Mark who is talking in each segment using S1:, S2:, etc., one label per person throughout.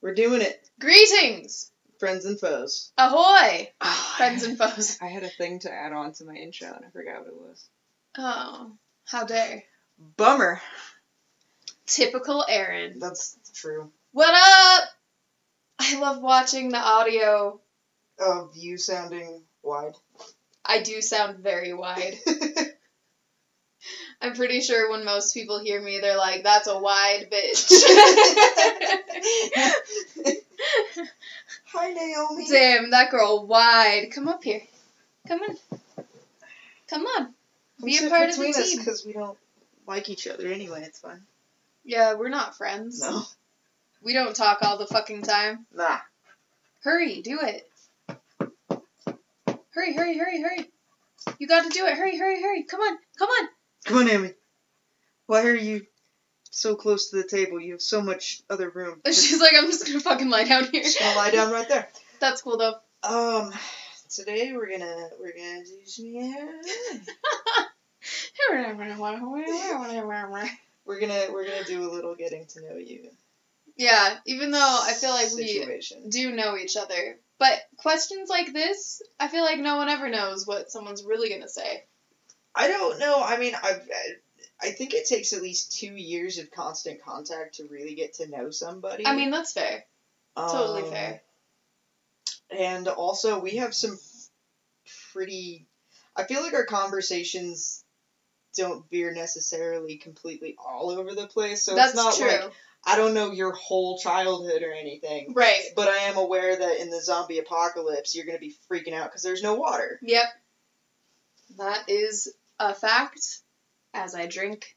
S1: We're doing it,
S2: Greetings,
S1: friends and foes.
S2: ahoy,
S1: Oh,
S2: friends and foes.
S1: I had a thing to add on to my intro and I forgot what it was.
S2: Oh, how dare!
S1: Bummer.
S2: Typical Aaron.
S1: That's true.
S2: What up? I love watching the audio.
S1: Of you sounding wide.
S2: I do sound very wide. I'm pretty sure when most people hear me, they're like, "That's a wide bitch."
S1: Hi, Naomi.
S2: Damn, that girl wide. Come up here. Come on. Come on. Be a part of the team.
S1: because we don't like each other anyway. It's fine.
S2: Yeah, we're not friends.
S1: No.
S2: We don't talk all the fucking time.
S1: Nah.
S2: Hurry, do it. Hurry, hurry, hurry, hurry. You gotta do it. Hurry, hurry, hurry. Come on, come on.
S1: Come on, Naomi. Why are you so close to the table? You have so much other room.
S2: And
S1: Just,
S2: she's like, I'm just gonna fucking lie down here.
S1: just gonna lie down right there.
S2: That's cool though.
S1: Um, today we're gonna we're gonna do some yeah. We're gonna we're gonna do a little getting to know you.
S2: yeah, even though I feel like we
S1: situation.
S2: do know each other. But questions like this, I feel like no one ever knows what someone's really gonna say.
S1: I don't know. I mean, I've I think it takes at least two years of constant contact to really get to know somebody.
S2: I mean, that's fair. totally
S1: Um,
S2: fair.
S1: And also, we have some pretty. I feel like our conversations don't veer necessarily completely all over the place. So
S2: that's
S1: it's not
S2: true.
S1: like I don't know your whole childhood or anything.
S2: right.
S1: But I am aware that in the zombie apocalypse, you're going to be freaking out because there's no water.
S2: Yep. That is a fact as I drink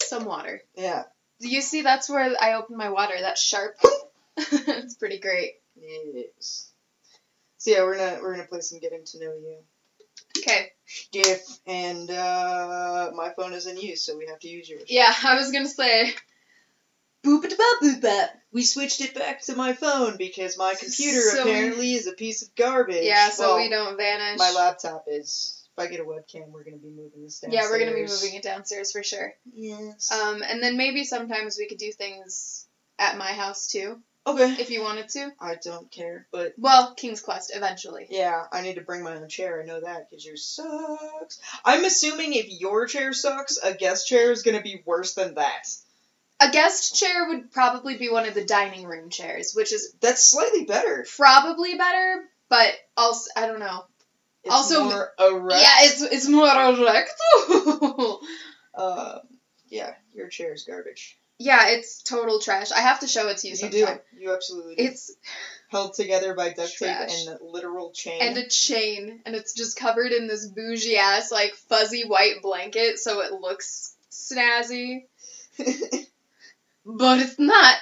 S2: some water.
S1: Yeah.
S2: You see, that's where I open my water. That sharp. it's pretty great.
S1: Yes. So yeah, we're gonna we're gonna play some getting to know you
S2: Okay.
S1: Stiff, and uh, my phone is in use, so we have to use yours.
S2: Yeah, I was going to say. Boop it boop boop
S1: We switched it back to my phone because my computer
S2: So we-
S1: apparently is a piece of garbage.
S2: Yeah, so
S1: Well,
S2: we don't vanish.
S1: My laptop is. If I get a webcam, we're gonna be moving this down.
S2: yeah, we're going to be moving it downstairs for sure.
S1: Yes.
S2: Um, and then maybe sometimes we could do things at my house too,
S1: okay.
S2: if you wanted to.
S1: I don't care, but
S2: Well, King's Quest eventually.
S1: yeah, I need to bring my own chair. I know that because yours sucks. I'm assuming if your chair sucks, a guest chair is gonna be worse than that.
S2: A guest chair would probably be one of the dining room chairs, which is
S1: That's slightly better.
S2: probably better, but also I don't know.
S1: It's
S2: Also-
S1: more erect.
S2: Yeah, it's it's more erect.
S1: Uh, yeah, your chair is garbage.
S2: yeah, it's total trash. I have to show it to you
S1: You
S2: sometime.
S1: do. You absolutely do.
S2: It's
S1: held together by duct
S2: Trash.
S1: tape and literal chain.
S2: and a chain, and it's just covered in this bougie ass like fuzzy white blanket, so it looks snazzy, but it's not.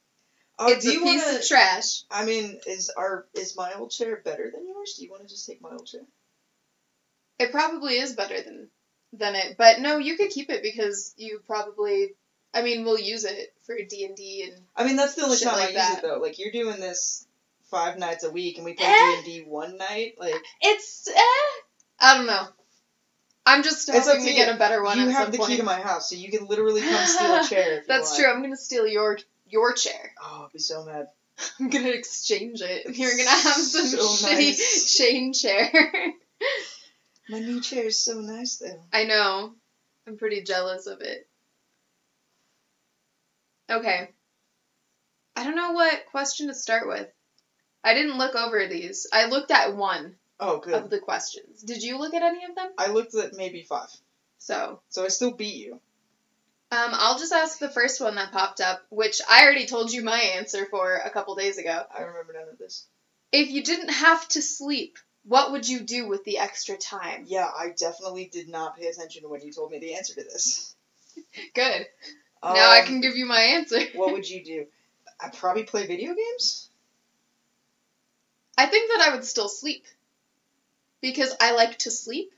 S1: oh,
S2: it's
S1: do
S2: a
S1: you
S2: piece
S1: wanna?
S2: of trash.
S1: I mean, is our is my old chair better than yours? Do you want to just take my old chair?
S2: It probably is better than than it, but no, you could keep it because you probably. I mean, we'll use it for D and D and
S1: I mean, that's the only
S2: Shit
S1: time I
S2: like
S1: use
S2: that.
S1: it though. Like you're doing this five nights a week, and we play D
S2: Eh?
S1: and D one night. Like
S2: It's eh, I don't know. I'm just
S1: It's up
S2: hoping
S1: to
S2: to
S1: you.
S2: get a better one
S1: you
S2: at
S1: have
S2: some
S1: the
S2: point.
S1: key to my house, so you can literally come steal a chair. If
S2: That's
S1: you
S2: true. I'm gonna steal your your chair.
S1: true. Oh, I'd be so mad.
S2: I'm gonna exchange it. You're gonna have some
S1: So
S2: shitty
S1: nice.
S2: chain chair.
S1: My new chair is so nice though.
S2: I know. I'm pretty jealous of it. Okay. I don't know what question to start with. I didn't look over these. I looked at one
S1: Oh,
S2: of
S1: good.
S2: the questions. Did you look at any of them?
S1: I looked at maybe five,
S2: So
S1: so I still beat you.
S2: Um, I'll just ask the first one that popped up, which I already told you my answer for a couple days ago.
S1: I remember none of this.
S2: If you didn't have to sleep, what would you do with the extra time?
S1: Yeah, I definitely did not pay attention when you told me the answer to this.
S2: Good. now I
S1: Um,
S2: can give you my answer.
S1: what would you do? I probably play video games.
S2: I think that I would still sleep. Because I like to sleep.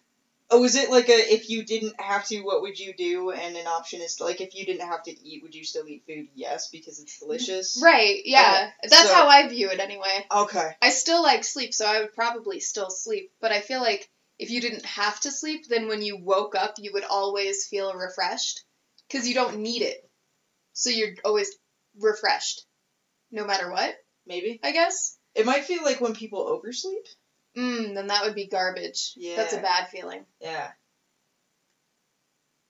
S1: Oh, is it like a if you didn't have to, what would you do? And an option is like if you didn't have to eat, would you still eat food? Yes, because it's delicious.
S2: Right, yeah. That's
S1: so-
S2: how I view it anyway.
S1: Okay.
S2: I still like sleep, so I would probably still sleep. But I feel like if you didn't have to sleep, then when you woke up, you would always feel refreshed. Because you don't need it. So you're always refreshed. no matter what,
S1: Maybe.
S2: I guess.
S1: It might feel like when people oversleep.
S2: Mm, then that would be garbage.
S1: Yeah.
S2: That's a bad feeling.
S1: Yeah.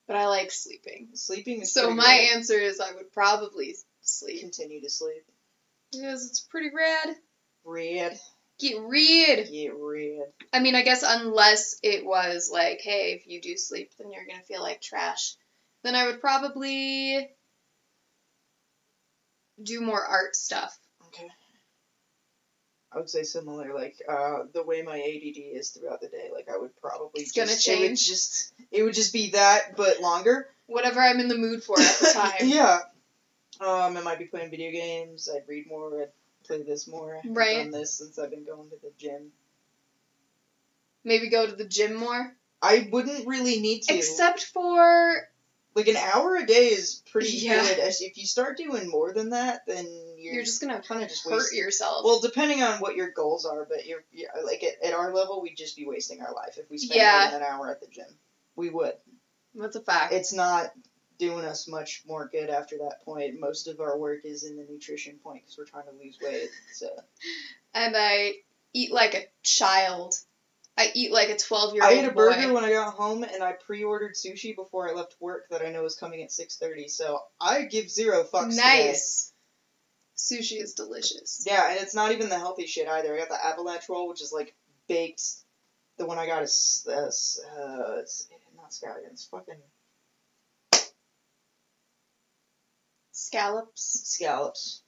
S2: But I like sleeping.
S1: Sleeping is
S2: So
S1: pretty
S2: my
S1: great.
S2: answer is I would probably sleep.
S1: continue to sleep.
S2: Because it's pretty rad.
S1: Red.
S2: Get read.
S1: Get red.
S2: I mean, I guess unless it was like, hey, if you do sleep, then you're gonna feel like trash. Then I would probably do more art stuff.
S1: Okay. I would say similar, like uh, the way my ADD is throughout the day. Like I would probably
S2: It's gonna
S1: just, It would
S2: change.
S1: just it would just be that, but longer.
S2: Whatever I'm in the mood for at the time.
S1: yeah. Um, I might be playing video games. I'd read more. I'd play this more. I haven't
S2: Right.
S1: Done this since I've been going to the gym.
S2: Maybe go to the gym more.
S1: I wouldn't really need to.
S2: Except for
S1: like an hour a day is pretty
S2: Yeah.
S1: good. As- If you start doing more than that, then you're,
S2: you're just gonna
S1: kind of just
S2: hurt
S1: wasting.
S2: yourself.
S1: Well, depending on what your goals are, but you're, you like at, at our level, we'd just be wasting our life if we spent
S2: Yeah.
S1: more than an hour at the gym. We would.
S2: That's a fact.
S1: It's not doing us much more good after that point. Most of our work is in the nutrition point because we're trying to lose weight. So
S2: and I eat like a child. I eat like a twelve year
S1: I ate a
S2: old boy.
S1: burger when I got home, and I pre-ordered sushi before I left work that I know is coming at six thirty. So I give zero fucks. today.
S2: nice. Sushi is delicious.
S1: Yeah, and it's not even the healthy shit either. I got the avalanche roll, which is like baked. The one I got is uh, s- uh, it's not scallion. It's fucking
S2: Scallops.
S1: scallops.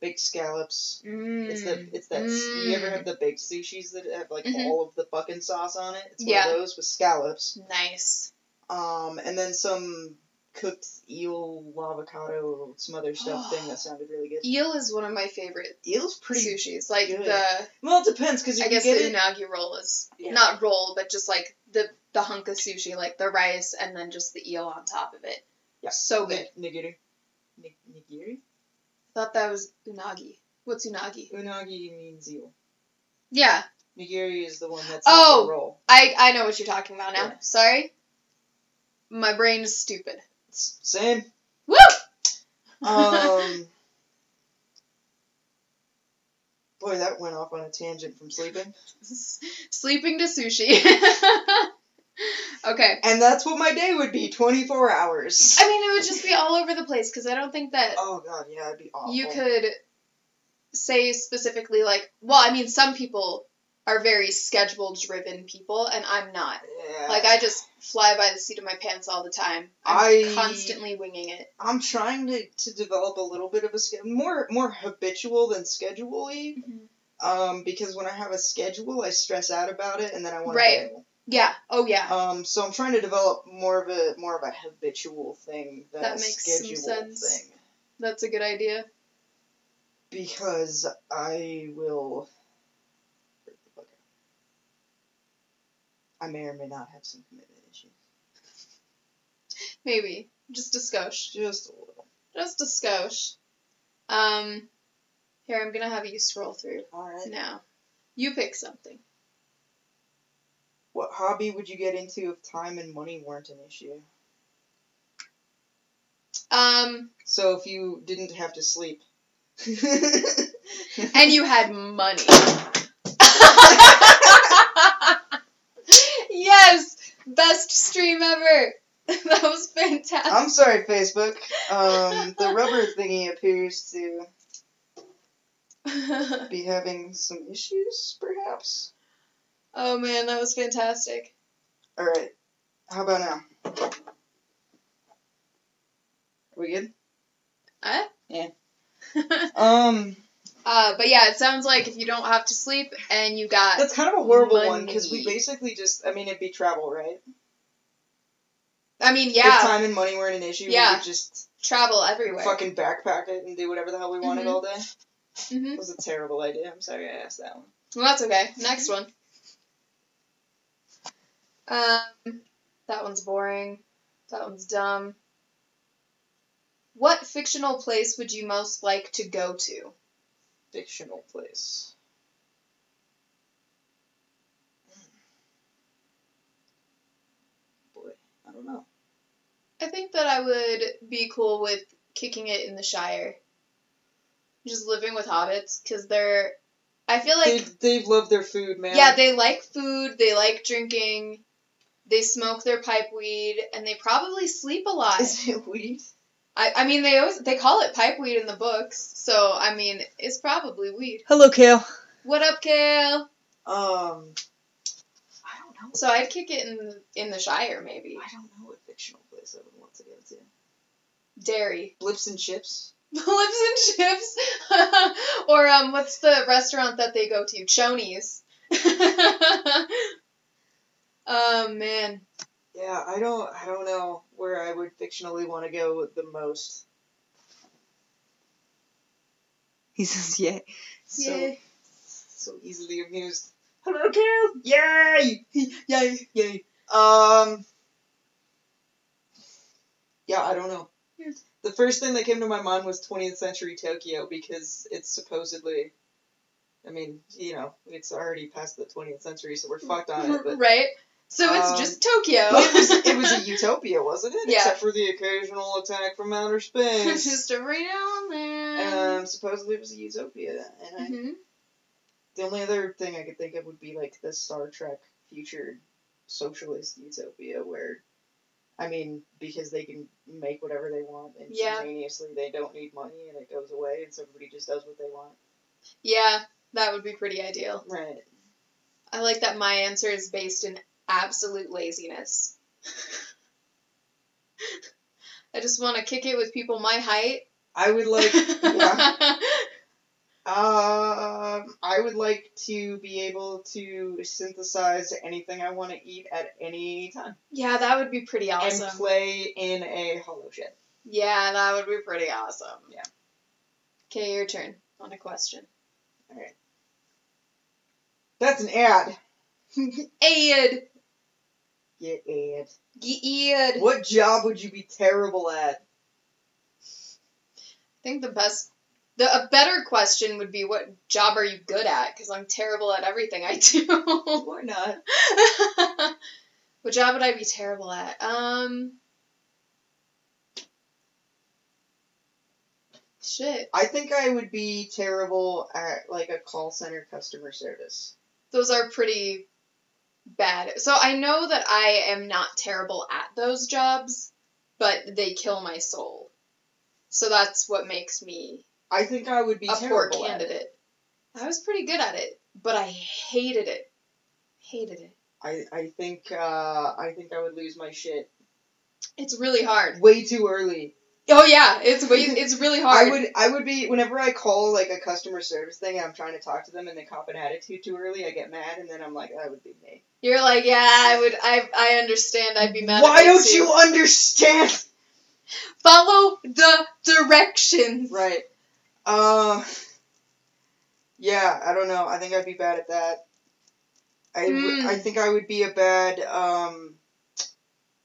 S1: Baked scallops.
S2: Mm.
S1: It's the it's that s- you ever have the baked sushis that have like
S2: Mhm.
S1: all of the fucking sauce on it. It's
S2: Yeah.
S1: one of those with scallops.
S2: nice.
S1: Um, and then some cooked eel, avocado, some other stuff thing that sounded really good.
S2: Eel is one of my favorite
S1: Eel's pretty.
S2: sushis. Like
S1: good.
S2: the,
S1: Well, it depends because
S2: I
S1: if you
S2: guess
S1: get
S2: the
S1: it.
S2: unagi roll is
S1: Yeah.
S2: not roll, but just like the the hunk of sushi, like the rice and then just the eel on top of it.
S1: Yeah.
S2: So good.
S1: Nigiri. Ni- Nigiri.
S2: Thought that was unagi. What's unagi?
S1: Unagi means eel.
S2: Yeah,
S1: Nigiri is the one that's
S2: Oh!
S1: on the roll.
S2: I I know what you're talking about now.
S1: Yeah.
S2: Sorry. My brain is stupid.
S1: It's same.
S2: Woo!
S1: Um, boy, that went off on a tangent from sleeping.
S2: Sleeping to sushi. okay.
S1: And that's what my day would be 24 hours.
S2: I mean, it would just be all over the place because I don't think that
S1: Oh, God, yeah, it'd be awful.
S2: you could say specifically like, well, I mean, some people are very schedule driven people, and I'm not.
S1: Yeah.
S2: Like, I just fly by the seat of my pants all the time. I'm
S1: I-
S2: constantly winging it.
S1: I'm trying to, to develop a little bit of a schedule, more, more habitual than schedule-y, um, because when I have a schedule, I stress out about it, and then I want
S2: Right.
S1: to bail.
S2: Yeah. Oh, yeah.
S1: Um, so I'm trying to develop more of a more of a habitual thing than
S2: That
S1: a
S2: makes some
S1: schedule
S2: sense.
S1: thing
S2: That's a good idea.
S1: because I will. I may or may not have some commitment issues,
S2: Maybe just a skosh.
S1: just a little.
S2: Just a skosh. Um, here I'm gonna have you scroll through
S1: All right.
S2: now. You pick something.
S1: What hobby would you get into if time and money weren't an issue?
S2: Um,
S1: So if you didn't have to sleep.
S2: and you had money. yes, best stream ever. that was fantastic.
S1: I'm sorry, Facebook. Um, the rubber thingy appears to be having some issues, perhaps.
S2: oh man, that was fantastic.
S1: All right. How about now? Are we good?
S2: Huh?
S1: Yeah. Um,
S2: uh, but yeah, it sounds like if you don't have to sleep and you got
S1: that's kind of a horrible one because
S2: Money.
S1: we basically just—I mean, it'd be travel, right?
S2: I mean,
S1: If
S2: yeah,
S1: time and money weren't an issue,
S2: Yeah.
S1: we could just
S2: travel everywhere.
S1: fucking backpack it and do whatever the hell we wanted
S2: Mhm.
S1: all day.
S2: hmm
S1: That was a terrible idea. I'm sorry I asked that one.
S2: Well, that's okay. Next one. Um, that one's boring. That one's dumb. What fictional place would you most like to go to?
S1: Fictional place. Boy, I don't know.
S2: I think that I would be cool with kicking it in the Shire. just living with hobbits because they're. I feel like
S1: they, they love their food, man.
S2: yeah, they like food, they like drinking, they smoke their pipe weed, and they probably sleep a lot.
S1: Is it weed?
S2: I, I mean, they always they call it pipe weed in the books, so I mean, it's probably weed.
S1: Hello, Kale.
S2: What up, Kale?
S1: Um, I don't know.
S2: So I'd kick it in in the Shire, maybe
S1: I don't know what fictional place I would want to go to.
S2: Dairy,
S1: Blips and chips.
S2: lips and chips, or um, what's the restaurant that they go to? Chonies. oh man,
S1: Yeah, I don't. I don't know where I would fictionally want to go the most. He says, "Yay!" So
S2: Yay.
S1: so easily amused. Hello, Kale. Yay! Yay! Yay! Um. Yeah, I don't know.
S2: Hmm.
S1: The first thing that came to my mind was 20th century Tokyo because it's supposedly, I mean, you know, it's already past the 20th century, so we're fucked on it. But
S2: right? So it's
S1: Um,
S2: just Tokyo.
S1: it was it was a utopia, wasn't it?
S2: Yeah.
S1: Except for the occasional attack from outer space.
S2: just a real man.
S1: um, supposedly it was a utopia, and I,
S2: Mhm.
S1: the only other thing I could think of would be like the Star Trek future socialist utopia, where, I mean, because they can make whatever they want
S2: Yeah.
S1: instantaneously, they don't need money, and it goes away, and so everybody just does what they want.
S2: Yeah, that would be pretty ideal.
S1: Right.
S2: I like that my answer is based in absolute laziness. I just want to kick it with people my height.
S1: I would like. yeah. Um, I would like to be able to synthesize anything I want to eat at any time
S2: Yeah, that would be pretty awesome.
S1: and play in a hollow shell.
S2: yeah, that would be pretty awesome.
S1: Yeah.
S2: Okay, your turn on a question.
S1: That's an ad.
S2: Aid!
S1: Yeah, ad.
S2: Aid!
S1: What job would you be terrible at?
S2: I think the best, the a better question would be what job are you good at? Because I'm terrible at everything I do.
S1: Or not?
S2: what job would I be terrible at? Um, shit,
S1: I think I would be terrible at like a call center customer service.
S2: those are pretty bad. So I know that I am not terrible at those jobs, but they kill my soul. So that's what makes me
S1: I think I would be
S2: a poor
S1: terrible at. it.
S2: candidate. I was pretty good at it, but I hated it. Hated it.
S1: I I think uh, I think I would lose my shit
S2: It's really hard.
S1: way too early.
S2: Oh yeah, it's way, it's really hard.
S1: I would I would be whenever I call like a customer service thing and I'm trying to talk to them and they cop an attitude too early, I get mad and then I'm like, that would be me.
S2: You're like, yeah, I would, I, I understand. I'd be mad.
S1: Why
S2: at
S1: don't
S2: too.
S1: you understand?
S2: follow the directions?
S1: Right. Uh Yeah, I don't know. I think I'd be bad at that. I w-
S2: Mm.
S1: I think I would be a bad um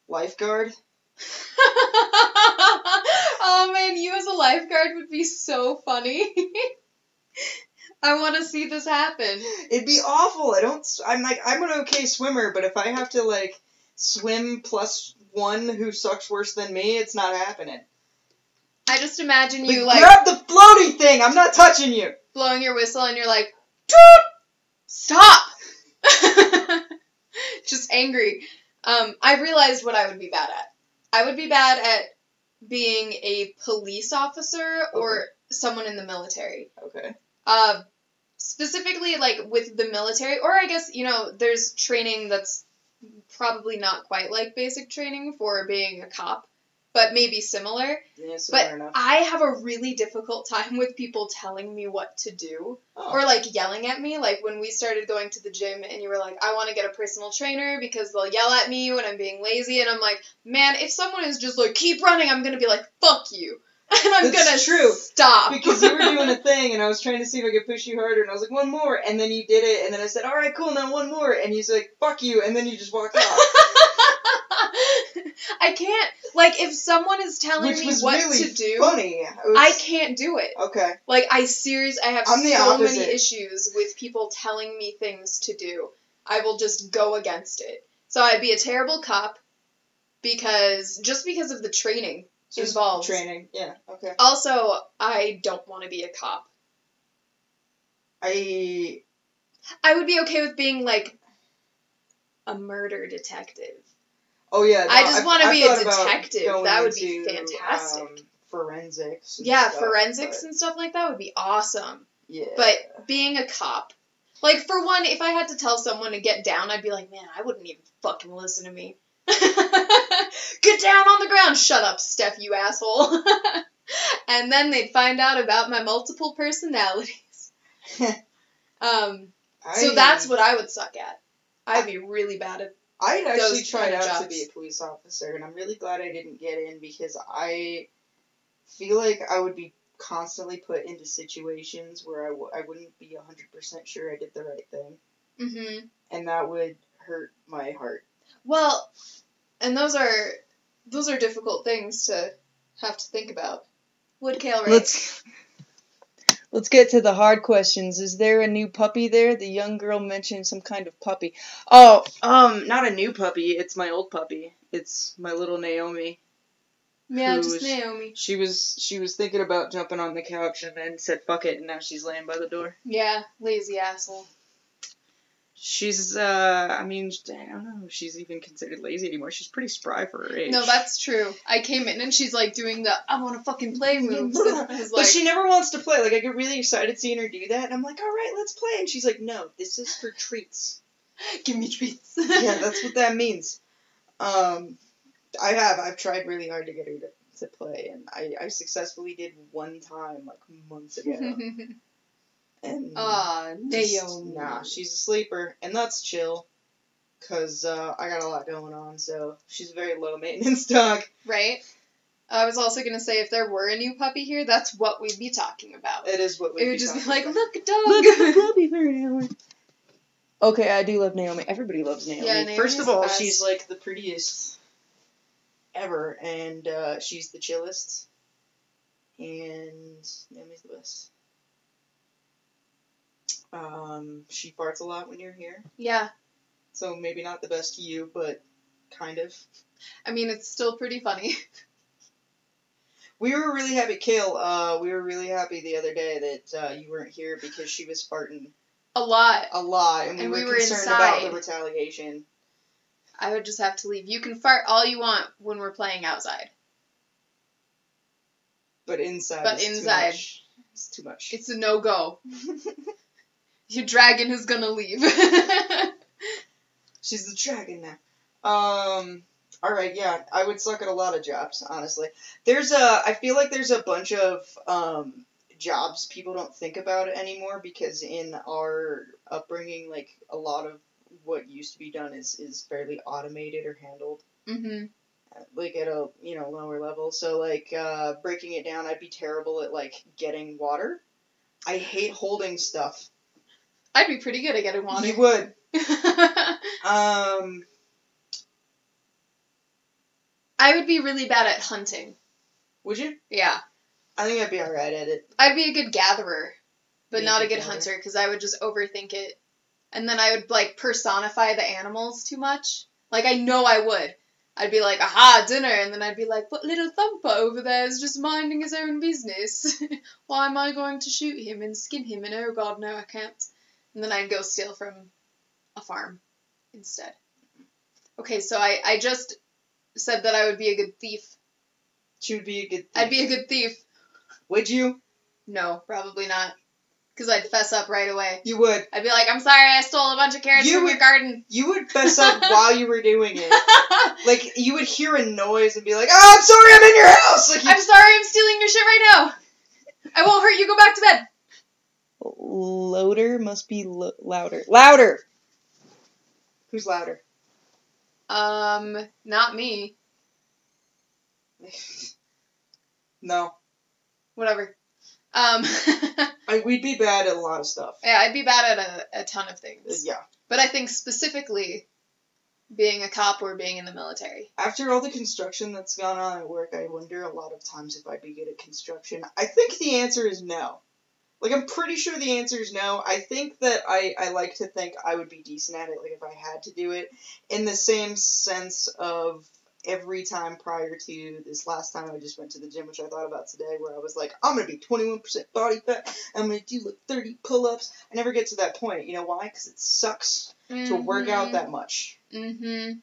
S1: lifeguard.
S2: oh man, you as a lifeguard would be so funny. I want to see this happen.
S1: It'd be awful. I don't s- I'm like I'm an okay swimmer, but if I have to like swim plus one who sucks worse than me, it's not happening.
S2: I just imagine
S1: Like,
S2: you like
S1: grab the floaty thing. I'm not touching you.
S2: blowing your whistle and you're like, Toot! stop! Just angry. Um, I realized what I would be bad at. I would be bad at being a police officer or
S1: Okay.
S2: someone in the military.
S1: Okay.
S2: Uh, specifically, like with the military, or I guess, you know, there's training that's probably not quite like basic training for being a cop, but maybe similar.
S1: Yeah, so
S2: But-
S1: fair enough.
S2: I have a really difficult time with people telling me what to do
S1: Oh.
S2: or like yelling at me like when we started going to the gym and you were like i want to get a personal trainer because they'll yell at me when i'm being lazy and i'm like man if someone is just like keep running i'm gonna be like fuck you and i'm
S1: That's
S2: gonna
S1: true,
S2: stop
S1: because you were doing a thing, and I was trying to see if I could push you harder, and I was like, one more, and then you did it, and then I said, all right, cool, now one more, and he's like, fuck you, and then you just walked off,
S2: i can't like if someone is telling
S1: which
S2: me
S1: was
S2: what
S1: really
S2: to do
S1: funny. It was-
S2: i can't do it
S1: Okay,
S2: Like I serious I have
S1: I'm the
S2: so
S1: opposite.
S2: many issues with people telling me things to do. I will just go against it. So I'd be a terrible cop because just because of the training.
S1: just
S2: Involved.
S1: training. Yeah. Okay.
S2: Also, I don't want to be a cop.
S1: I
S2: I would be okay with being like a murder detective.
S1: oh yeah. no,
S2: I just
S1: I've-
S2: wanna
S1: I've
S2: be a
S1: thought about
S2: detective.
S1: going
S2: That would be
S1: into,
S2: fantastic.
S1: um, forensics. and
S2: Yeah,
S1: stuff,
S2: forensics
S1: but-
S2: and stuff like that would be awesome.
S1: yeah.
S2: But being a cop, like for one, if I had to tell someone to get down, I'd be like, man, I wouldn't even fucking listen to me. get down on the ground. Shut up, Steph, you asshole. and then they'd find out about my multiple personalities. um, so
S1: I-
S2: that's what I would suck at. I'd be really bad at.
S1: I had actually
S2: those
S1: tried
S2: kind of
S1: out to
S2: jobs.
S1: be a police officer, and I'm really glad I didn't get in because I feel like I would be constantly put into situations where I w- I wouldn't be 100% sure I did the right thing,
S2: hmm
S1: and that would hurt my heart.
S2: Well, and those are those are difficult things to have to think about. Would Kale right?
S1: Let's let's get to the hard questions. Is there a new puppy there? The young girl mentioned some kind of puppy. Oh, um, not a new puppy. It's my old puppy. It's my little Naomi.
S2: yeah,
S1: who's-
S2: just Naomi.
S1: She was she was thinking about jumping on the couch and then said fuck it and now she's laying by the door.
S2: Yeah, lazy asshole.
S1: She's uh I mean I don't know if she's even considered lazy anymore. She's pretty spry for her age.
S2: No, that's true. I came in and she's like doing the I want to fucking play moves. And I was
S1: but
S2: like,
S1: she never wants to play. Like I get really excited seeing her do that and I'm like, "All right, let's play." And she's like, "No, this is for treats."
S2: give me treats.
S1: yeah, that's what that means. Um I have I've tried really hard to get her to, to play and I I successfully did one time like months ago. and
S2: Aw,
S1: Just,
S2: Naomi.
S1: nah, she's a sleeper, and that's chill. Cause uh, I got a lot going on, so she's a very low maintenance dog.
S2: Right? I was also gonna say if there were a new puppy here, that's what we'd be talking about.
S1: It is what we.
S2: It would just be like,
S1: about.
S2: look, dog.
S1: puppy for Naomi. Okay, I do love Naomi. Everybody loves Naomi.
S2: Yeah, Naomi's
S1: First of
S2: the
S1: all,
S2: best.
S1: she's like the prettiest ever, and uh, she's the chillest, and Naomi's the best. Um, she farts a lot when you're here,
S2: yeah,
S1: so maybe not the best to you, but kind of.
S2: I mean it's still pretty funny.
S1: We were really happy, Kale. Uh, we were really happy the other day that uh, you weren't here because she was farting
S2: A lot.
S1: a lot, and we
S2: And
S1: were,
S2: we were
S1: concerned about
S2: inside.
S1: the retaliation.
S2: I would just have to leave. You can fart all you want when we're playing outside.
S1: But inside,
S2: But
S1: is too
S2: inside.
S1: much. it's too much.
S2: It's a no go. Your dragon is gonna leave.
S1: She's the dragon now. Um. All right, yeah, I would suck at a lot of jobs, honestly. There's a, I feel like there's a bunch of um, jobs people don't think about anymore because in our upbringing, like a lot of what used to be done is is fairly automated or handled.
S2: hmm
S1: like at a you know lower level so like uh, breaking it down i'd be terrible at like getting water i hate holding stuff
S2: I'd be pretty good at getting water.
S1: you would
S2: I
S1: um
S2: would be really bad at hunting.
S1: would you
S2: Yeah.
S1: i think i'd be all right at it
S2: I'd be a good gatherer, but
S1: Be a
S2: not a
S1: good
S2: good
S1: gatherer.
S2: hunter because I would just overthink it. And then I would like personify the animals too much. Like I know I would. I'd be like, aha, dinner, and then I'd be like, but little Thumper over there is just minding his own business. Why am I going to shoot him and skin him? And oh god, no, I can't. And then I'd go steal from a farm instead. Okay, so I, I just said that I would be a good thief.
S1: she would be a good
S2: I'd be a good thief.
S1: would you
S2: No, probably not. Because I'd fess up right away.
S1: you would
S2: I'd be like, I'm sorry, I stole a bunch of carrots
S1: You
S2: from
S1: would-
S2: your garden.
S1: you would fess up while you were doing it like you would hear a noise and be like oh i'm sorry i'm in your house like you
S2: I'm sorry, I'm stealing your shit right now. I won't hurt you, go back to bed.
S1: louder must be lo- louder louder who's louder
S2: Um, not me.
S1: no
S2: Whatever. Um, yeah,
S1: I, we'd be bad at a lot of stuff Uh,
S2: I'd be bad at a, a ton of things.
S1: yeah
S2: But I think specifically being a cop or being in the military.
S1: After all the construction that's gone on at work, I wonder a lot of times if I'd be good at construction. I think the answer is no. Like, I'm pretty sure the answer is no. I think that I, I like to think I would be decent at it, like, if I had to do it, in the same sense of every time prior to this last time I just went to the gym, which I thought about today, where I was like, I'm gonna be 21% body fat, I'm gonna do like 30 pull ups. I never get to that point. You know why? Because it sucks to work out that much.
S2: Mm-hmm.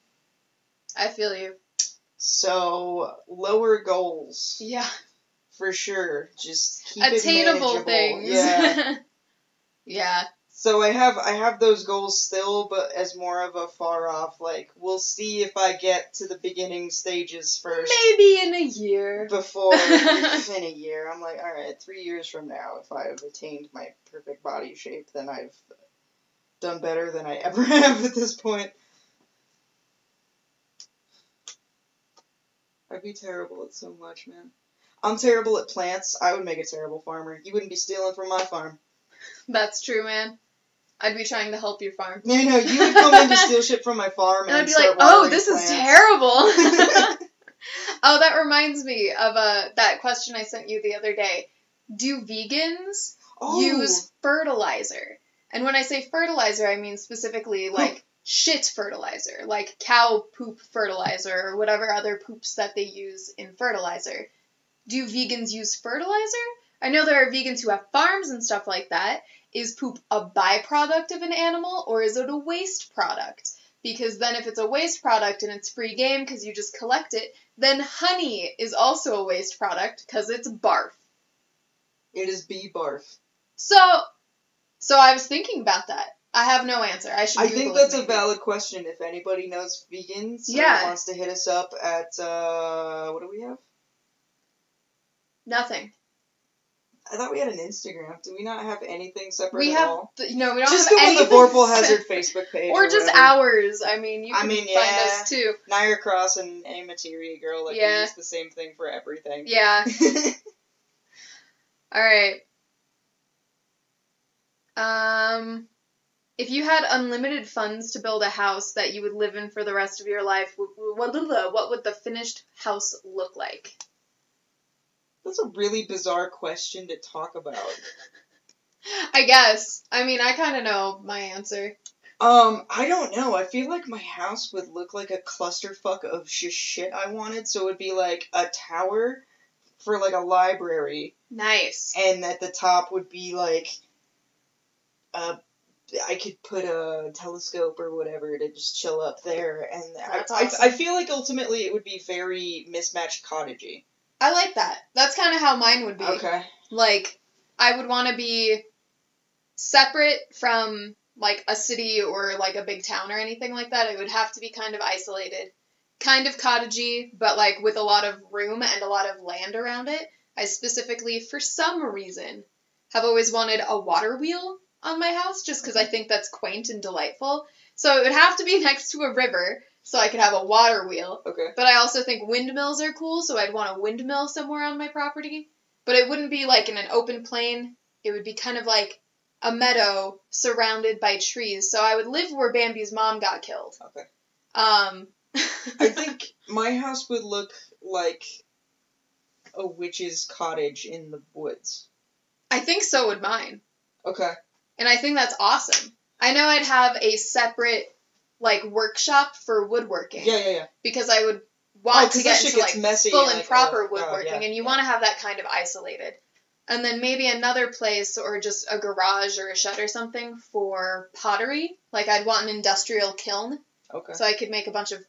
S2: I feel you.
S1: So, lower goals
S2: Yeah.
S1: for sure. Just keep it
S2: Attainable
S1: manageable.
S2: things.
S1: Yeah.
S2: yeah.
S1: So I have I have those goals still, but as more of a far off. Like we'll see if I get to the beginning stages first
S2: Maybe in a year.
S1: before in a year. I'm like, all right, three years from now, if I've attained my perfect body shape, then I've done better than I ever have at this point. I'd be terrible at so much, man. I'm terrible at plants. I would make a terrible farmer. You wouldn't be stealing from my farm.
S2: That's true, man. I'd be trying to help your farm.
S1: No, no, you would come in to steal shit from my farm, and,
S2: And I'd be like,
S1: start
S2: oh,
S1: watering
S2: this is
S1: plants."
S2: terrible. Oh, that reminds me of uh, that question I sent you the other day. Do vegans
S1: oh,
S2: use fertilizer? And when I say fertilizer, I mean specifically like shit fertilizer, like cow poop fertilizer or whatever other poops that they use in fertilizer. Do vegans use fertilizer? I know there are vegans who have farms and stuff like that. Is poop a byproduct of an animal or is it a waste product? Because then, if it's a waste product and it's free game because you just collect it, then honey is also a waste product because it's barf.
S1: it is bee barf.
S2: So, so I was thinking about that. I have no answer. I should.
S1: I
S2: Google
S1: think
S2: it
S1: that's a
S2: maybe.
S1: valid question. If anybody knows vegans,
S2: Yeah.
S1: or wants to hit us up at uh, what do we have?
S2: Nothing.
S1: I thought we had an Instagram. Do we not have anything separate
S2: We
S1: at
S2: have
S1: all?
S2: th- no. We don't
S1: just
S2: have
S1: Google the
S2: anything
S1: Vorpal
S2: set-
S1: Hazard Facebook page,
S2: or just
S1: whatever.
S2: ours. I mean, you
S1: I
S2: can
S1: mean,
S2: find
S1: yeah.
S2: us too.
S1: Naya Cross and A Materia Girl. Like we
S2: Yeah.
S1: use the same thing for everything.
S2: Yeah. All right. Um, if you had unlimited funds to build a house that you would live in for the rest of your life, wh- wh- what what would the finished house look like?
S1: that's a really bizarre question to talk about.
S2: I guess. I mean, I kind of know my answer.
S1: Um, I don't know. I feel like my house would look like a clusterfuck of just shit I wanted. So it would be like a tower for like a library,
S2: Nice.
S1: and at the top would be like uh, I could put a telescope or whatever to just chill up there. And I,
S2: That's awesome.
S1: I, I feel like ultimately it would be very mismatched cottagey.
S2: I like that. That's kind of how mine would be.
S1: Okay.
S2: Like, I would want to be separate from like a city or like a big town or anything like that. It would have to be kind of isolated, kind of cottagey, but like with a lot of room and a lot of land around it. I specifically, for some reason, have always wanted a water wheel on my house just because I think that's quaint and delightful. So it would have to be next to a river so I could have a water wheel.
S1: Okay.
S2: But I also think windmills are cool, so I'd want a windmill somewhere on my property. But it wouldn't be like in an open plain. It would be kind of like a meadow surrounded by trees. So I would live where Bambi's mom got killed.
S1: Okay.
S2: Um
S1: I think my house would look like a witch's cottage in the woods.
S2: I think so would mine.
S1: Okay.
S2: And I think that's awesome. I know I'd have a separate like workshop for woodworking
S1: Yeah, yeah, yeah.
S2: because I would
S1: Oh,
S2: want
S1: 'cause
S2: to
S1: that
S2: get
S1: shit
S2: into
S1: gets
S2: like
S1: messy
S2: full
S1: and,
S2: and
S1: like,
S2: proper
S1: oh, oh,
S2: woodworking,
S1: yeah,
S2: and you
S1: yeah.
S2: want to have that kind of isolated. And then maybe another place or just a garage or a shed or something for pottery. Like I'd want an industrial kiln
S1: Okay.
S2: so I could make a bunch of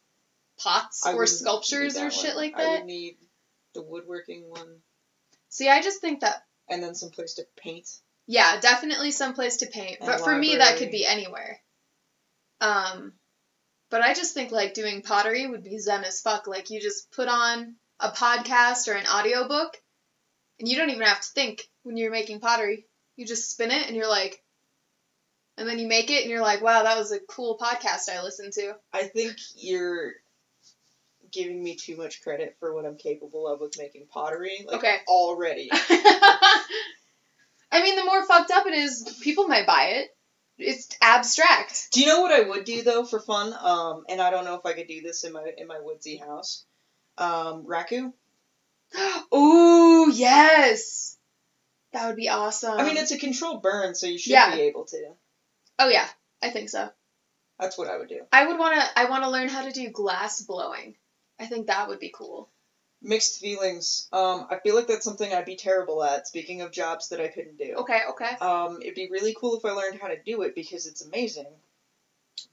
S2: pots
S1: I
S2: or
S1: wouldn't need
S2: sculptures
S1: that
S2: or
S1: one.
S2: shit like
S1: I
S2: that.
S1: would need the woodworking one,
S2: See, I just think that
S1: and then some place to paint.
S2: yeah, definitely someplace to paint.
S1: And
S2: but for me that
S1: library.
S2: could be anywhere. Um but I just think like doing pottery would be zen as fuck. Like you just put on a podcast or an audiobook and you don't even have to think when you're making pottery. You just spin it and you're like and then you make it and you're like, wow, that was a cool podcast I listened to.
S1: I think you're giving me too much credit for what I'm capable of with making pottery. Like,
S2: Okay.
S1: Already.
S2: I mean, the more fucked up it is, people might buy it. It's abstract.
S1: Do you know what I would do though for fun? Um, and I don't know if I could do this in my in my woodsy house. Um, raku.
S2: Ooh, yes. That would be awesome.
S1: I mean, it's a controlled burn, so you should
S2: Um, Yeah.
S1: be able to.
S2: Oh yeah, I think so.
S1: That's what I would do.
S2: I would want to I want to learn how to do glass blowing. I think that would be cool.
S1: Mixed feelings. Um, I feel like that's something I'd be terrible at. Speaking of jobs that I couldn't do.
S2: Okay, okay.
S1: Um, it'd be really cool if I learned how to do it because it's amazing.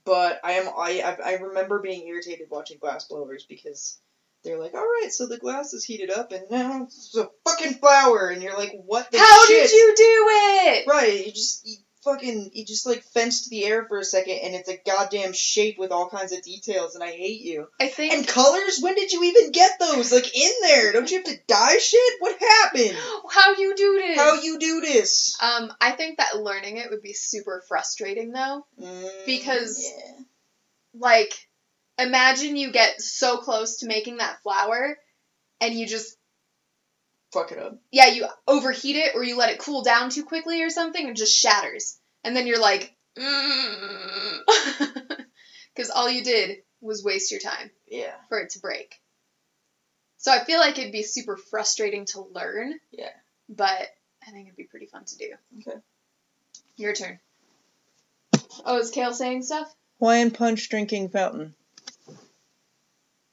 S1: But I am I I I remember being irritated watching glass blowers because they're like, all right, so the glass is heated up and now it's a fucking flower, and you're like, what the
S2: How
S1: shit?
S2: did you do it?
S1: Right, you just you fucking you just like fenced the air for a second, and it's a goddamn shape with all kinds of details, and I hate you.
S2: I think
S1: And colors? When did you even get those? Like in there? Don't you have to dye shit? What happened?
S2: how you do this.
S1: How you do this?
S2: um, I think that learning it would be super frustrating though.
S1: Mm,
S2: Because-
S1: yeah.
S2: Like, imagine you get so close to making that flower, and you just
S1: fuck it up.
S2: yeah, you overheat it or you let it cool down too quickly or something, it just shatters. And then you're like, because all you did was waste your time
S1: Yeah,
S2: for it to break. So I feel like it'd be super frustrating to learn.
S1: Yeah.
S2: But I think it'd be pretty fun to do.
S1: Okay.
S2: Your turn. Oh, is Kale saying stuff?
S1: Hawaiian punch drinking fountain.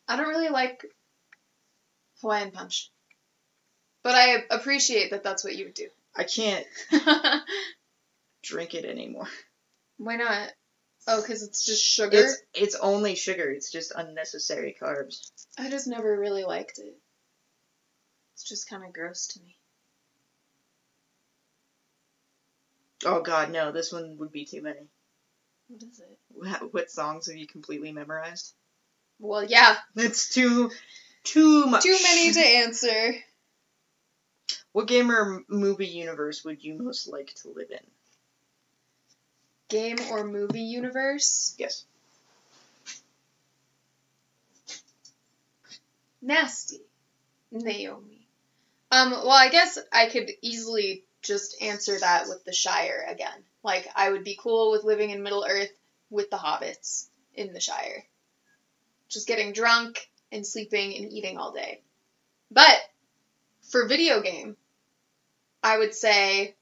S2: I don't really like Hawaiian Punch. But I appreciate that that's what you would do.
S1: I can't drink it anymore.
S2: Why not? Oh, because it's just sugar.
S1: It's it's only sugar. It's just unnecessary carbs.
S2: I just never really liked it. It's just kind of gross to me.
S1: Oh god, no, this one would be too many.
S2: What is it?
S1: Wha- What songs have you completely memorized?
S2: Well, yeah,
S1: It's too, too much.
S2: too many to answer.
S1: What game or m- movie universe would you most like to live in?
S2: Game or movie universe?
S1: Yes.
S2: Nasty. Naomi. Um, well, I guess I could easily just answer that with the Shire again. Like, I would be cool with living in Middle Earth with the hobbits in the Shire. Just getting drunk and sleeping and eating all day. But for video game, I would say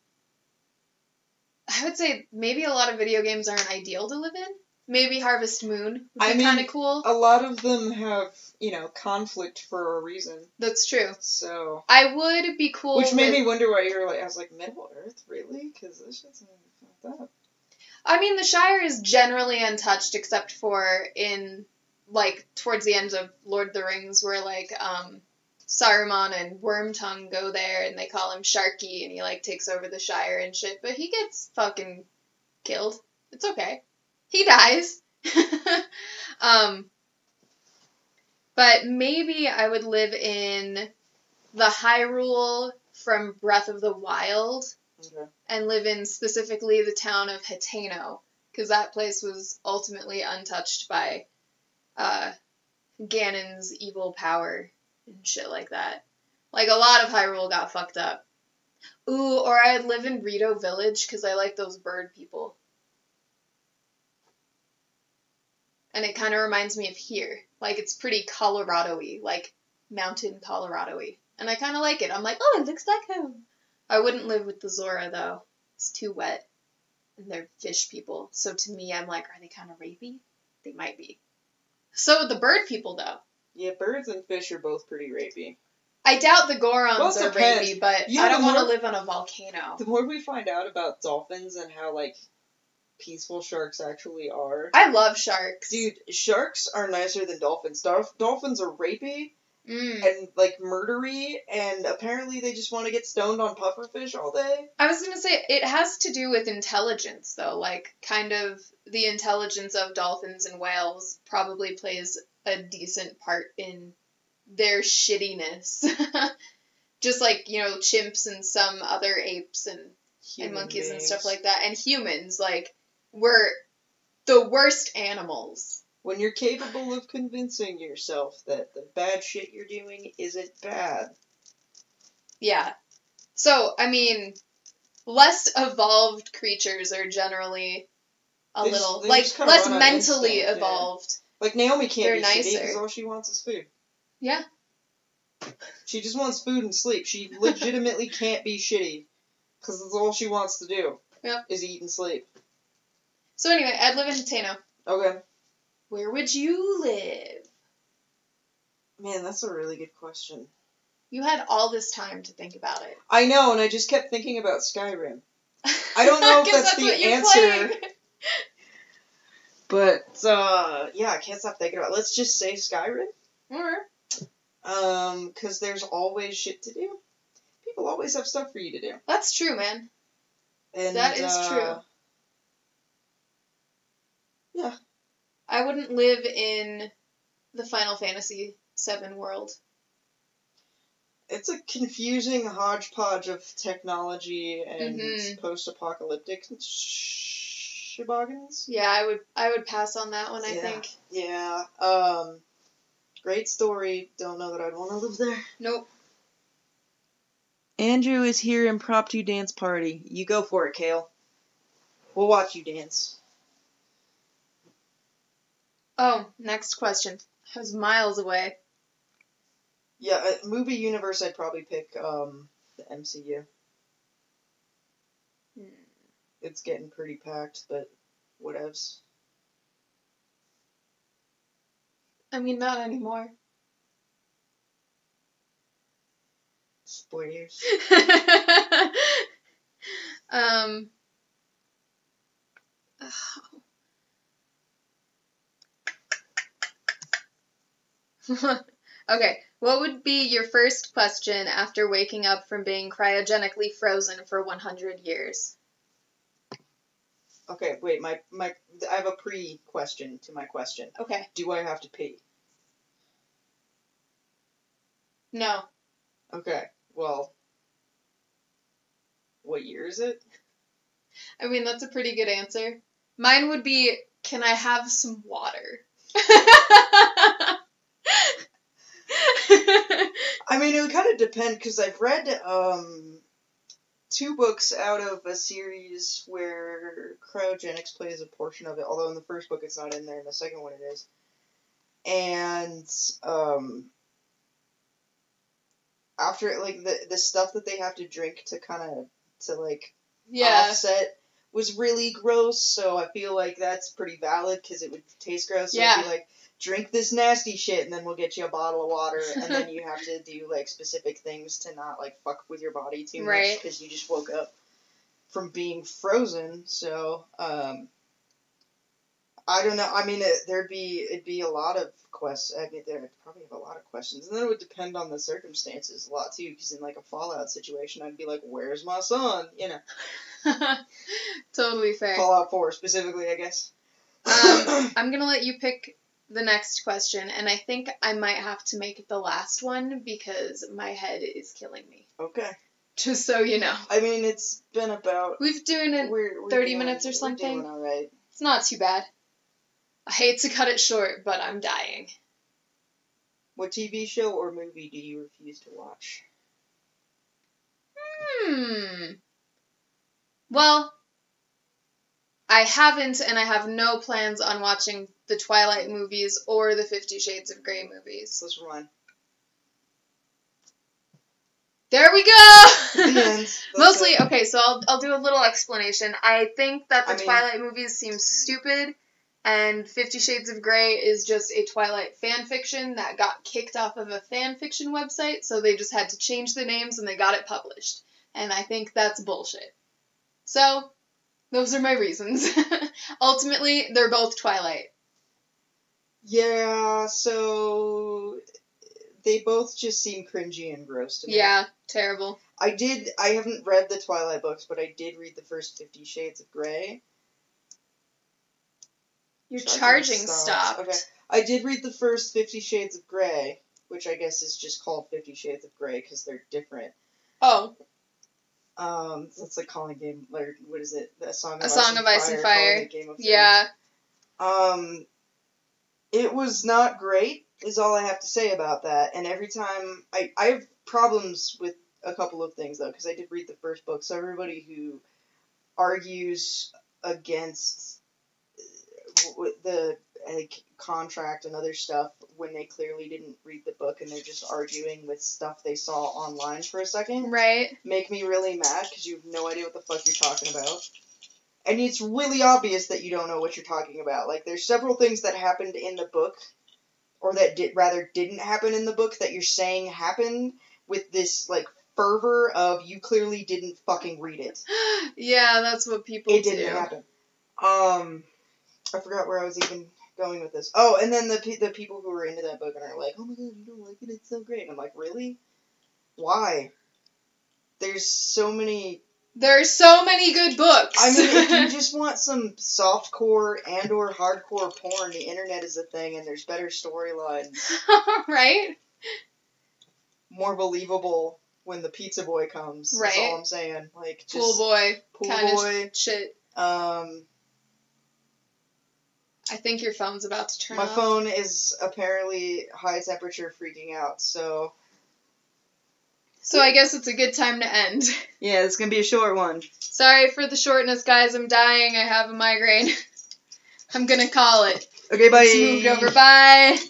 S2: I would say maybe a lot of video games aren't ideal to live in. Maybe Harvest Moon would be
S1: I mean-
S2: kind of cool.
S1: A lot of them have, you know, conflict for a reason.
S2: That's true.
S1: So,
S2: I would be cool.
S1: which made
S2: with-
S1: me wonder why you were like, I was like, Middle Earth, really? Because this shit's fucked up.
S2: I mean, the Shire is generally untouched except for in like towards the end of Lord of the Rings, where like um, Saruman and Wormtongue go there, and they call him Sharky, and he like takes over the Shire and shit. But he gets fucking killed. It's okay. He dies. um, but maybe I would live in the Hyrule from Breath of the Wild
S1: Okay.
S2: and live in specifically the town of Hateno, because that place was ultimately untouched by uh, Ganon's evil power and shit like that. Like a lot of Hyrule got fucked up. Ooh, or I'd live in Rito Village because I like those bird people. And it kind of reminds me of here. Like it's pretty Colorado y, like mountain Colorado y. And I kind of like it. I'm like, oh, it looks like home. I wouldn't live with the Zora though. It's too wet. And they're fish people. So to me, I'm like, are they kind of rapey? They might be. So would the bird people though.
S1: Yeah, birds and fish are both pretty rapey.
S2: I doubt the Gorons
S1: Well, it
S2: are
S1: depends.
S2: rapey, but
S1: You
S2: I
S1: know,
S2: don't
S1: the
S2: want to
S1: more-
S2: live on a volcano.
S1: The more we find out about dolphins and how, like, peaceful sharks actually are,
S2: I love sharks.
S1: Dude, sharks are nicer than dolphins. Dolph- dolphins are rapey
S2: Mm.
S1: and like murdery, and apparently they just want to get stoned on pufferfish all day.
S2: I was gonna say it has to do with intelligence though, like kind of the intelligence of dolphins and whales probably plays a decent part in their shittiness. Just like, you know, chimps and some other apes and, and
S1: Human
S2: monkeys and
S1: beings.
S2: stuff like that. And humans, like, we're the worst animals.
S1: When you're capable of convincing yourself that the bad shit you're doing isn't bad.
S2: Yeah. So, I mean, less evolved creatures are generally a
S1: They just-
S2: little
S1: they just
S2: like
S1: kinda
S2: less
S1: run on
S2: mentally
S1: instinct, yeah.
S2: evolved.
S1: Like Naomi can't
S2: They're
S1: be shitty because
S2: nicer.
S1: all she wants is food.
S2: Yeah.
S1: She just wants food and sleep. She legitimately can't be shitty because that's all she wants to do.
S2: Yep.
S1: Is eat and sleep.
S2: So anyway, I'd live in Tano.
S1: Okay.
S2: Where would you live?
S1: Man, that's a really good question.
S2: You had all this time to think about it.
S1: I know, and I just kept thinking about Skyrim. I don't know if
S2: 'Cause
S1: that's the
S2: what you're
S1: answer.
S2: playing.
S1: But uh, yeah, I can't stop thinking about. It. Let's just say Skyrim,
S2: Or
S1: um, because there's always shit to do. People always have stuff for you to do.
S2: that's true, man.
S1: And,
S2: That is
S1: uh,
S2: true. I wouldn't live in the Final Fantasy VII world.
S1: It's a confusing hodgepodge of technology and
S2: Mhm.
S1: post-apocalyptic sh- shiboggins.
S2: Yeah, I would I would pass on that one. I
S1: Yeah.
S2: think.
S1: Yeah. Um, great story. Don't know that I'd want to live there.
S2: Nope.
S1: Andrew is here impromptu dance party. You go for it, Kale. We'll watch you dance.
S2: Oh, next question. I was miles away.
S1: Yeah, uh, movie universe. I'd probably pick um the MCU.
S2: Hmm.
S1: It's getting pretty packed, but whatevs.
S2: I mean, not anymore.
S1: Spoilers.
S2: um. okay, what would be your first question after waking up from being cryogenically frozen for 100 years?
S1: Okay, wait. My my. I have a pre question to my question.
S2: Okay,
S1: Do I have to pee?
S2: no.
S1: Okay. Well. What year is it?
S2: I mean, that's a pretty good answer. Mine would be can I have some water?
S1: I mean, it would kind of depend because I've read um, two books out of a series where cryogenics plays a portion of it. Although in the first book it's not in there, in the second one it is. And um, after like the the stuff that they have to drink to kind of to like
S2: yeah.
S1: offset was really gross. So I feel like that's pretty valid because it would taste gross. So it'd be like, drink this nasty shit, and then we'll get you a bottle of water, and then you have to do like specific things to not like fuck with your body too much
S2: Right.
S1: because you just woke up from being frozen. So um, I don't know. I mean, it, there'd be it'd be a lot of questions. I mean, there'd probably have a lot of questions, and then it would depend on the circumstances a lot too. Because in like a Fallout situation, I'd be like, "Where's my son?" You know.
S2: totally fair.
S1: Fallout 4 specifically, I guess.
S2: Um, I'm gonna let you pick the next question, and I think I might have to make it the last one because my head is killing me.
S1: okay.
S2: Just so you know,
S1: I mean, it's been about
S2: we've doing
S1: we're,
S2: it.
S1: we're
S2: 30
S1: doing-
S2: minutes or
S1: We're
S2: something?
S1: doing all right.
S2: It's not too bad. I hate to cut it short, but I'm dying.
S1: What TV show or movie do you refuse to watch?
S2: Hmm. Well, I haven't, and I have no plans on watching the Twilight movies or the Fifty Shades of Grey movies.
S1: Let's run.
S2: There we go.
S1: The end. That's
S2: Mostly,
S1: it.
S2: okay, so I'll, I'll do a little explanation. I think that the
S1: I mean-
S2: Twilight movies seem stupid, and Fifty Shades of Grey is just a Twilight fan fiction that got kicked off of a fan fiction website, so they just had to change the names and they got it published. And I think that's bullshit. So, those are my reasons. Ultimately, they're both Twilight.
S1: Yeah, so they both just seem cringy and gross to me.
S2: Yeah, terrible.
S1: I did. I haven't read the Twilight books, but I did read the first Fifty Shades of Grey.
S2: Your
S1: Charging
S2: charging
S1: stopped.
S2: stopped.
S1: Okay. I did read the first Fifty Shades of Grey, which I guess is just called Fifty Shades of Grey because they're different.
S2: Oh,
S1: Um, that's like calling game. Like, what is it? A song of
S2: A
S1: ice
S2: Song
S1: and
S2: of Ice and
S1: calling
S2: Fire.
S1: it Game of Thrones.
S2: yeah.
S1: Um, it was not great. Is all I have to say about that. And every time I I have problems with a couple of things though because I did read the first book. So everybody who argues against uh, w- the like contract and other stuff when they clearly didn't read the book and they're just arguing with stuff they saw online for a second
S2: Right?
S1: make me really mad because you have no idea what the fuck you're talking about. And it's really obvious that you don't know what you're talking about. Like, there's several things that happened in the book or that did, rather didn't happen in the book that you're saying happened with this like fervor of you clearly didn't fucking read it.
S2: yeah, that's what people
S1: it
S2: do.
S1: didn't happen. Um, I forgot where I was even going with this. Oh, and then the pe- the people who were into that book and are like, "Oh my god, you don't like it? It's so great." And I'm like, "Really? Why?" There's so many.
S2: There are so many good books.
S1: I mean, if you just want some soft core and or hardcore porn, the internet is a thing, and there's better storylines,
S2: right?
S1: more believable when the pizza boy comes. That's
S2: Right.
S1: all I'm saying. Like just
S2: Cool boy
S1: Pool
S2: kinda
S1: boy.
S2: shit.
S1: Um,
S2: I think your phone's about to turn
S1: my
S2: off.
S1: phone is apparently high temperature freaking out, so.
S2: So I guess it's a good time to end.
S1: Yeah, it's gonna be a short one.
S2: Sorry for the shortness, guys. I'm dying. I have a migraine. I'm gonna call it.
S1: Okay, bye.
S2: It's moved over. Bye.